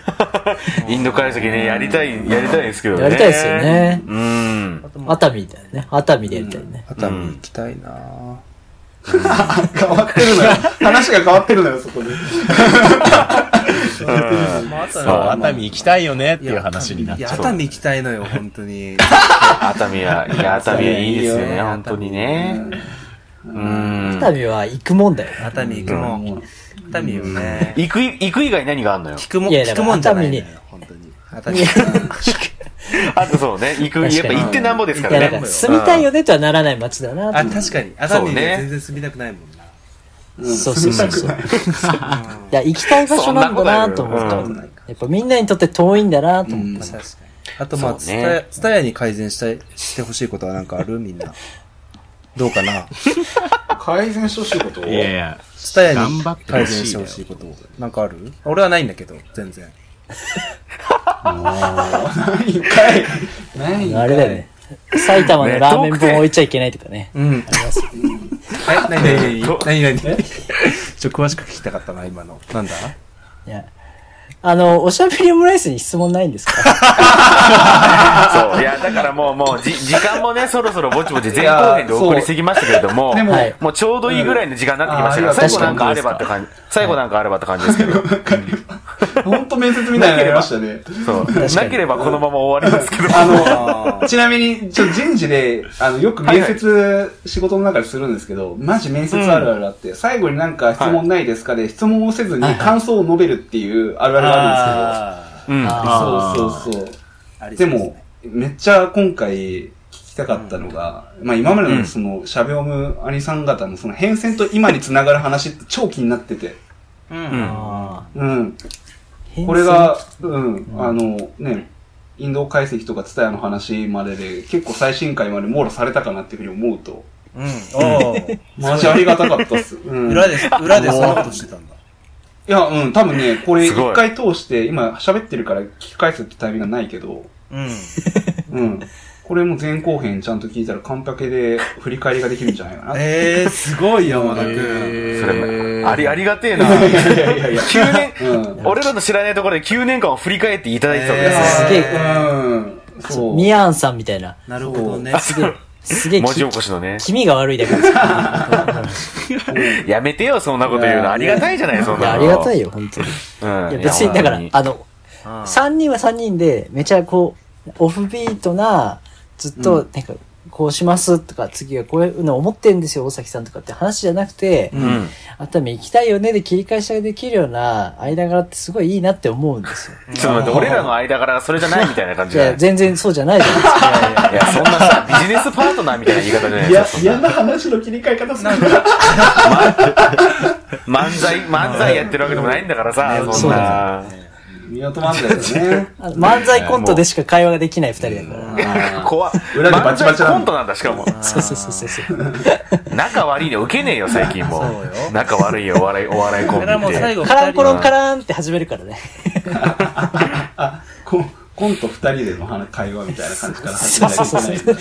インド解析ね、やりたい、やりたいですけどね。やりたいですよねうん。熱海みたいなね。熱海でやりたいね。熱海行きたいなぁ。変わって *laughs* るのよ。話が変わってるのよ、そこで。そう、熱海行きたいよねっていう話になっいちや、ゃう。熱海行きたいのよ、本当に。熱海は、いや、熱海はいいですよね、本当にね。うん。熱海は行くもんだよな。熱海行くもん。熱海よね。行く、行く以外何があんのよ。聞くもん、いやだ聞かくらもんじゃないの熱海よ、本当に。熱海。あとそうね、行く、やっ確かぱに行ってなんぼですいかや、らだね。から住みたいよねとはならない街だなとあ、確かに。熱そう海ねには全然住みたくないもんな。そうそうそうそう。いや、行きたい場所なんだなと思っそたんな。ことないかやっぱみんなにとって遠いんだなと思っまあた。確かに。あとまあ、そうツねタヤ、ツタヤに改善したい、してほしいことはなんかあるみんな。どうかな改善してほしいことを。いやいや、ツタヤに頑張って改ほ善ししいてよほしいこと。なんかある俺はないんだけど、全然。ないんかい。ないんかい。あれだよね。埼玉のラーメン本置いちゃいけないとかね。うん。ありますよえ、なになになになにちょ、詳しく聞きたかったな、今の。なんだいや。あの、おしゃべりオムライスに質問ないんですかそう。いや、だからもう、もう、じ、時間もね、そろそろぼちぼち前後編でお送りしてきましたけれども、でもも、はいもうちょうどいいぐらいの時間になってきましたかうら、最ん後なんかあればって感じ、最後なんかあればって感じですけど、ほんと面接みたいになりましたね。そう。なければこのまま終わりますけど、あの、ちなみに、ちょ、人事で、あの、よく面接、仕事の中でするんですけど、マジ面接あるあるあって、最後になんか質問ないですかで、質問をせずに感想を述べるっていうあるあるがああうん。るんですけど。そうそうそう。ーありそでうすねも、、めっちゃ今回聞きたかったのが、まあ今までのその、しゃべおむ兄さん方のその変遷と今につながる話って超気になってて。うん。あうん。ーこれが、うん、あの、ね、インド解析とかツタヤの話までで、結構最新回まで網羅されたかなっていうふうに思うと、うん。おーマジありがたかったっ *laughs* す。うん。裏で、 *laughs* 裏でそんなことしてたんだ。いや、うん、多分ね、これすごい一回通して、今喋ってるから聞き返すってタイミングがないけ *laughs* ど、うん。うん。これも前後編ちゃんと聞いたら完パケで振り返りができるんじゃないかなって。ええー、すごい山田くん。それも、あり、ありがてえな。いやいやいやいや。 9年、うん。俺らの知らないところで9年間を振り返っていただいてたんえです。すげえうん。そう。ミヤンさんみたいな。なるほどね。すげえ、すげ *laughs* え文字き起こしのね。気味が悪いだけですからやめてよ、そんなこと言うの。ありがたいじゃない、そんいやなの。ありがたい。いよ、本当に。いうん。や、別に、だからいや、あの、3人は3人で、めちゃこう、オフビートな、ずっと、なんか、こうしますとか、次はこういうの思ってんですよ、大崎さんとかって話じゃなくて、うん。熱海行きたいよねで切り返しができるような間柄ってすごいいいなって思うんですよ。ちょっと待って、俺らの間からそれじゃないみたいな感じいじゃないや、全然そうじゃないじゃないです *laughs* か。いや、そんなさ、ビジネスパートナーみたいな言い方じゃないいでやすか、そん嫌な。な話の切り替え方するな。漫才、漫才やってるわけでもないんだからさ、そんな。港漫才です *laughs* ね。あの漫才コントでしか会話ができない二人だから。怖っ裏でバチバチ漫才なのコントなんだ、しかも。そうそうそうそう。仲悪いね、受けねえよ、最近もそうよ。仲悪いよ、お笑い、お笑いコン俺らもビうで最。後カランコロンカら。ランって始めるからね。あ、コンコント二人での話会話みたいな感じから始めないといけないんだ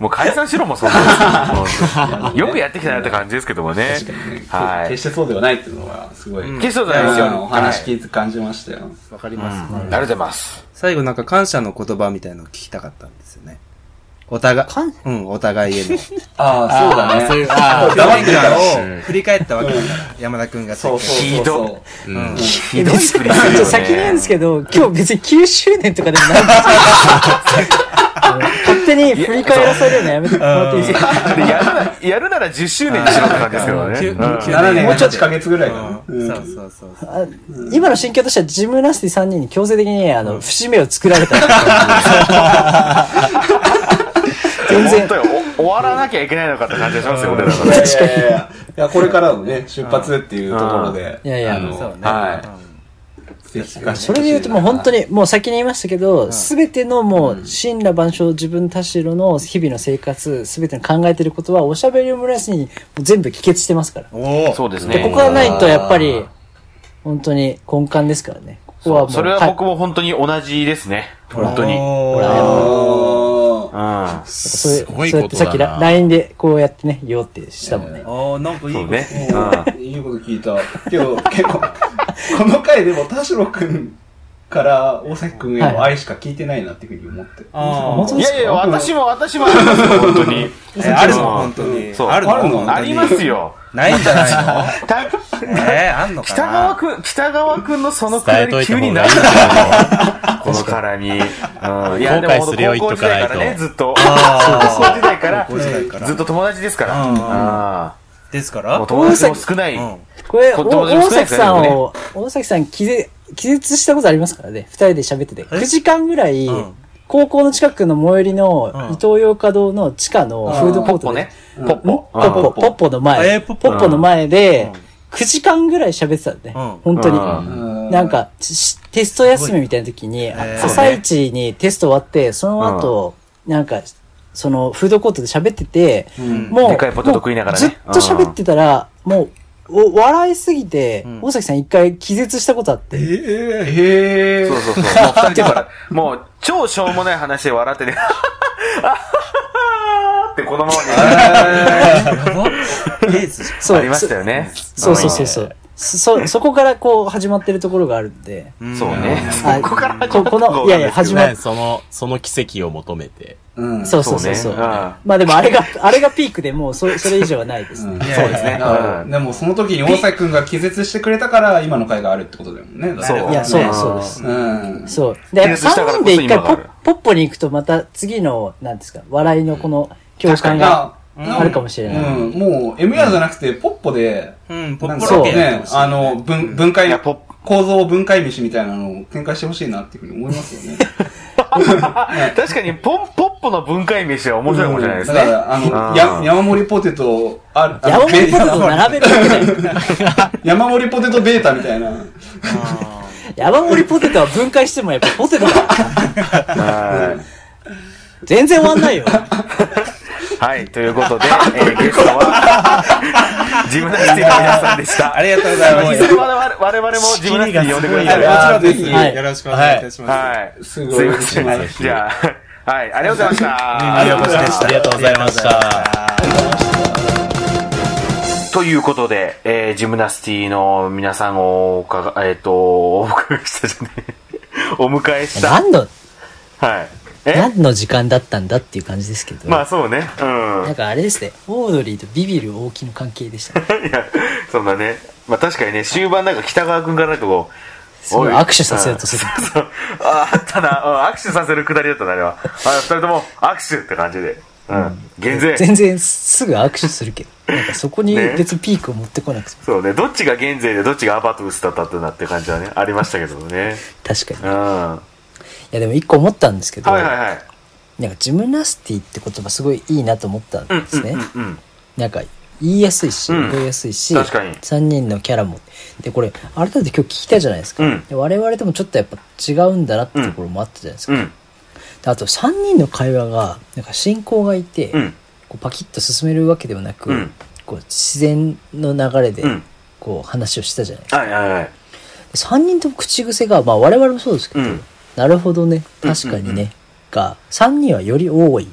もう解散しろも、そんなのもうよくやってきたなって感じですけどもね。確かにね、はい決してそうではないっていうのが、すごい。決してそうじゃないですよあのお話聞いて感じましたよ。わかります。ありがとうございます。最後なんか感謝の言葉みたいのを聞きたかったんですよね。お互い感、うん、お互いへの。 *laughs* ああ、そうだね。ああ、黙ってるるからを振り返ったわけだから、山田くんが。そうそうそうひどそう。うん。ひどい振りするよちょね。先なんです *laughs* けど、今日別に9周年とかでもないん *laughs* ですよ。勝手に振り返らせるようなやめてもらっていいですかでやるな、やるなら10周年にしろって感じですけどね。うん7年8ヶ月ぐらいかな。うんそうそうそうそう。あ今の心境としてはジムナスティ3人に強制的にあの節目を作られた *laughs* 全本然当よ、お終わらなきゃいけないのかって感じがしますよ、俺らはうんいね。やいやいやいやいや、これからのね、出発っていうところで。うんいやいやあのそうね。はうい。ぜひ聞かせそてれほしいなで言うともう本当。にもう先に言いましたけど全てのもう真羅万象自分たしろの日々の生活全ての考えてることはおしゃべりオムライスにもう全部帰結してますからんおお。そうですでね。ここがないとやっぱり本当に根幹ですからねこはもう、それは僕も本当に同じですね。本当に。ほら、やっぱあうん。あそういすう、ごいそうやこってとさっきだラな。 LINE でこうやってね、言おうってしたもんね。ああ、なんかいいそこうとね。あ。いいこと聞いた。けど、結構、この回でも田代くんから大崎くんへの愛しか聞いてないなっていうふうに思って。あ本当ーうん。いですかやいや、私も、私もありますよ、本当に。えあるのうん本当に。そうあるのあるの本当にありますよ。ないんじゃないのたえー、あんのかな北川くん、北川くんのそのく伝だえとりいた急方がいにないないこの絡み。うん。いや、でも後悔するよ高校時代からね、言っずっと。あー高校時代から高校時代から、ずっと友達ですから。うんあですかあらもう友達も少なうい。ん。これ、おこどうで大も少ないで崎すねさんを、大崎さん気絶、気絶したことありますからね。二人で喋ってて。9時間ぐらい、うん高校の近くの最寄りの、うん伊東洋華堂の地下のフードコポーットポでね。。うんポッポ。ポッポ、ポポッポの前。えーポポッッポポの前でうん、 9時間ぐらい喋ってたんで、ねうん本当に。うんなん、か、しテスト休みみたいな時に、ごいね朝一にテスト終わって、その後、なんか、その、フードコートで喋ってて、うんもう、でかいポテト食いながらねもうずっと喋ってたら、もう、お笑いすぎて、うん大崎さん一回気絶したことあって。へえそう。そうそう。もう二人でから、もう超しょうもない話で笑ってて、あはははってこのままやばレースじゃんそうでありましたよね。そそうそうそうそう。そ、そこからこう始まってるところがあるんで。うんそうね。そはいこから始まこったこの、といやいや、こ始まっね、その、その奇跡を求めて。うん。そううそうそうそ。そううねうんまあでもあれが、あれがピークでもうそれ、それ以上はないですね。んいやいやいやそうですねうんでもその時に大崎くんが気絶してくれたから今の回があるってことだよね。だってそういや、そうでんす、そうです。うん。そう。で、やっ手術したかぱら3人こでそ一回今ポがあるッポッポに行くとまた次の、なんですか、笑いのこの共確か感にが。なあるかもしれないうん。もう、MR じゃなくて、ポッポで、うん、ポなッんポかロそうケやってねほ、しいあの、分、分い解やポッ、構造分解飯みたいなのを展開してほしいなっていうふうに思いますよね。ら *laughs* 確かに、ポン、ポッポの分解飯は面白いかもしれないですだかね。ら、あうの、んや山盛りポテト、ああ山盛りポテトをベー並べるわけじゃない。 *laughs* タ山盛りポテトベータみたいな。あ山盛りポテトは分解してもやっぱポテトだから。はい全然終わんないよ。はい、ということで、えーゲストは、 *laughs* ジムナスティの皆さんでした。ありがとうございます *laughs* いつまで我々もジムナスティ呼んでください。やーもちろんです。はいよろしくお願いいたします。はい。すすごいいません。じゃあ、はい、ありがとうございました。ありがとうございましたありがとうございました。ということで、えージムナスティの皆さんをおかが、えっ、と、お迎えしたじゃねえお迎えした。何の、はい。え何の時間だったんだっていう感じですけど。まあそうね。うん。なんかあれですね、オードリーとビビる大木の関係でしたね。 *laughs* いや、そんなね。まあ確かにね、終盤なんか北川くんがなんかこう、すごいお握手させよう *laughs* とするうんそうそうああったな、うん、握手させるくだりだったな、あれは。あ二人とも握手って感じで。うん。減税。全然すぐ握手するけど。なんかそこに別にピークを持ってこなくても。そうね、どっちが減税でどっちがアバトゥースだったんだなって感じはね、ありましたけどね。確かうに。いん。はやでも一個思ったんですけいど、はいはい。なんかジムナスティって言葉すごいいいなと思ったんうん、ですね。うん、うん。なんか言いやすいし、うん覚えやすいし、確かに3人のキャラも。で、これ、改めて今日聞きたいじゃないですか。うんで我々ともちょっとやっぱ違うんだなってところもあったじゃないですか。うん、うんであと3人の会話が、なんか進行がいて、うん。こうパキッと進めるわけではなく、うんこう自然の流れでうんこう話をしたじゃないですか、はいはいはい。 3人とも口癖が、まあ、我々もそうですけうど、ん。なるほどね確かにね、が3人はより多いっ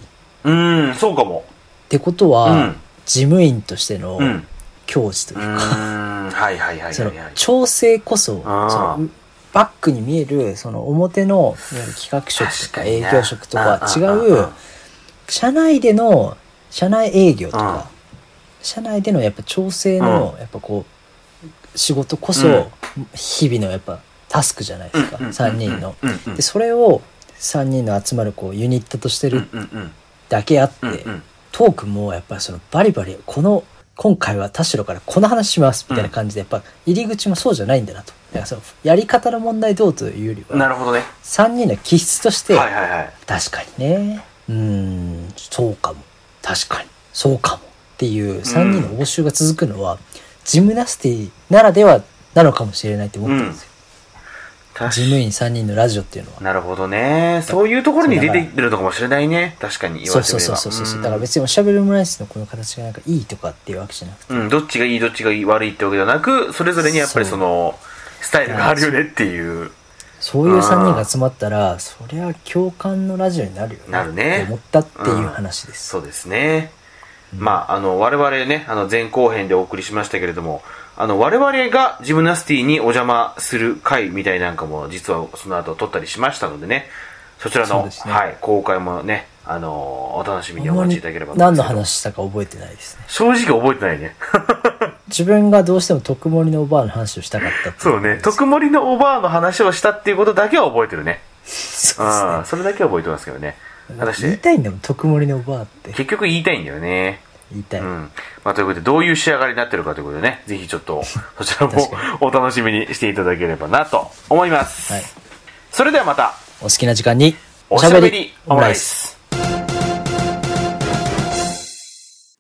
うん、そうかも。てことは、うん事務員としてのうん。う境地というーか、ん。はいはいはいはいそのはい。調整こそあーそのバックに見えるその表のいわゆる企画職と確かかに営ね業職とは違うんうんうんううん社内での社内営業とか社内でのやっぱ調整のやっぱこう仕事こうそん日々のやっぱタスクじゃないですかうんうん3人の。うんうんでそれを3人の集まるこうユニットとしてるうんうんだけあってうんうんトークもやっぱりそのバリバリこの今回は田代からこの話しますみたいな感じでやっぱ入り口もそうじゃないんだなとだからそのやり方の問題どうというよりうんなはるほどね。 3人の気質としてはいはいはい。確かにねうーんそうかも確かにそうかもっていう3人の応酬が続くのはジムナスティならではなのかもしれないって思ったんですよ、確事務員3人のラジオっていうのは。なるほどね。そういうところに出てってるのかもしれないね。確かに言そわうれてそうみれそうば。そうそうだから別におしゃべりオムライスのこの形がなんかいいとかっていうわけじゃなくてうんうん、どっちがいい、どっちが悪いってわけではなく、それぞれにやっぱりその、スタイルがあるよねっていう。そういう3人が集まったら、そりゃ共感のラジオになるよなるねって思ったっていう話です。そうですね。まあ、あの、我々ね、あの、前後編でお送りしましたけれども、あの、我々がジムナスティにお邪魔する回みたいなんかも、実はその後撮ったりしましたのでね、そちらその、うですねはい、公開もね、あのお楽しみにあんおま待りちいただければと思います何のけど話したか覚えてないですね。正直覚えてないね。自分がどうしても特盛りのおばあの話をしたかったっていそうね、特盛りのおばあの話をしたっていうことだけは覚えてるね。そうですねうん、それだけは覚えてますけどね。果たし言いて、たいんだもん、特盛りのおばあって。結局言いたいんだよね。言いたい。うん。まあ、ということで、どういう仕上がりになってるかということでね、ぜひちょっ *laughs* と、そちらも確かお楽しみにしていただければなと思います。はい。それではまた、お好きな時間に、おしゃべりオムライス。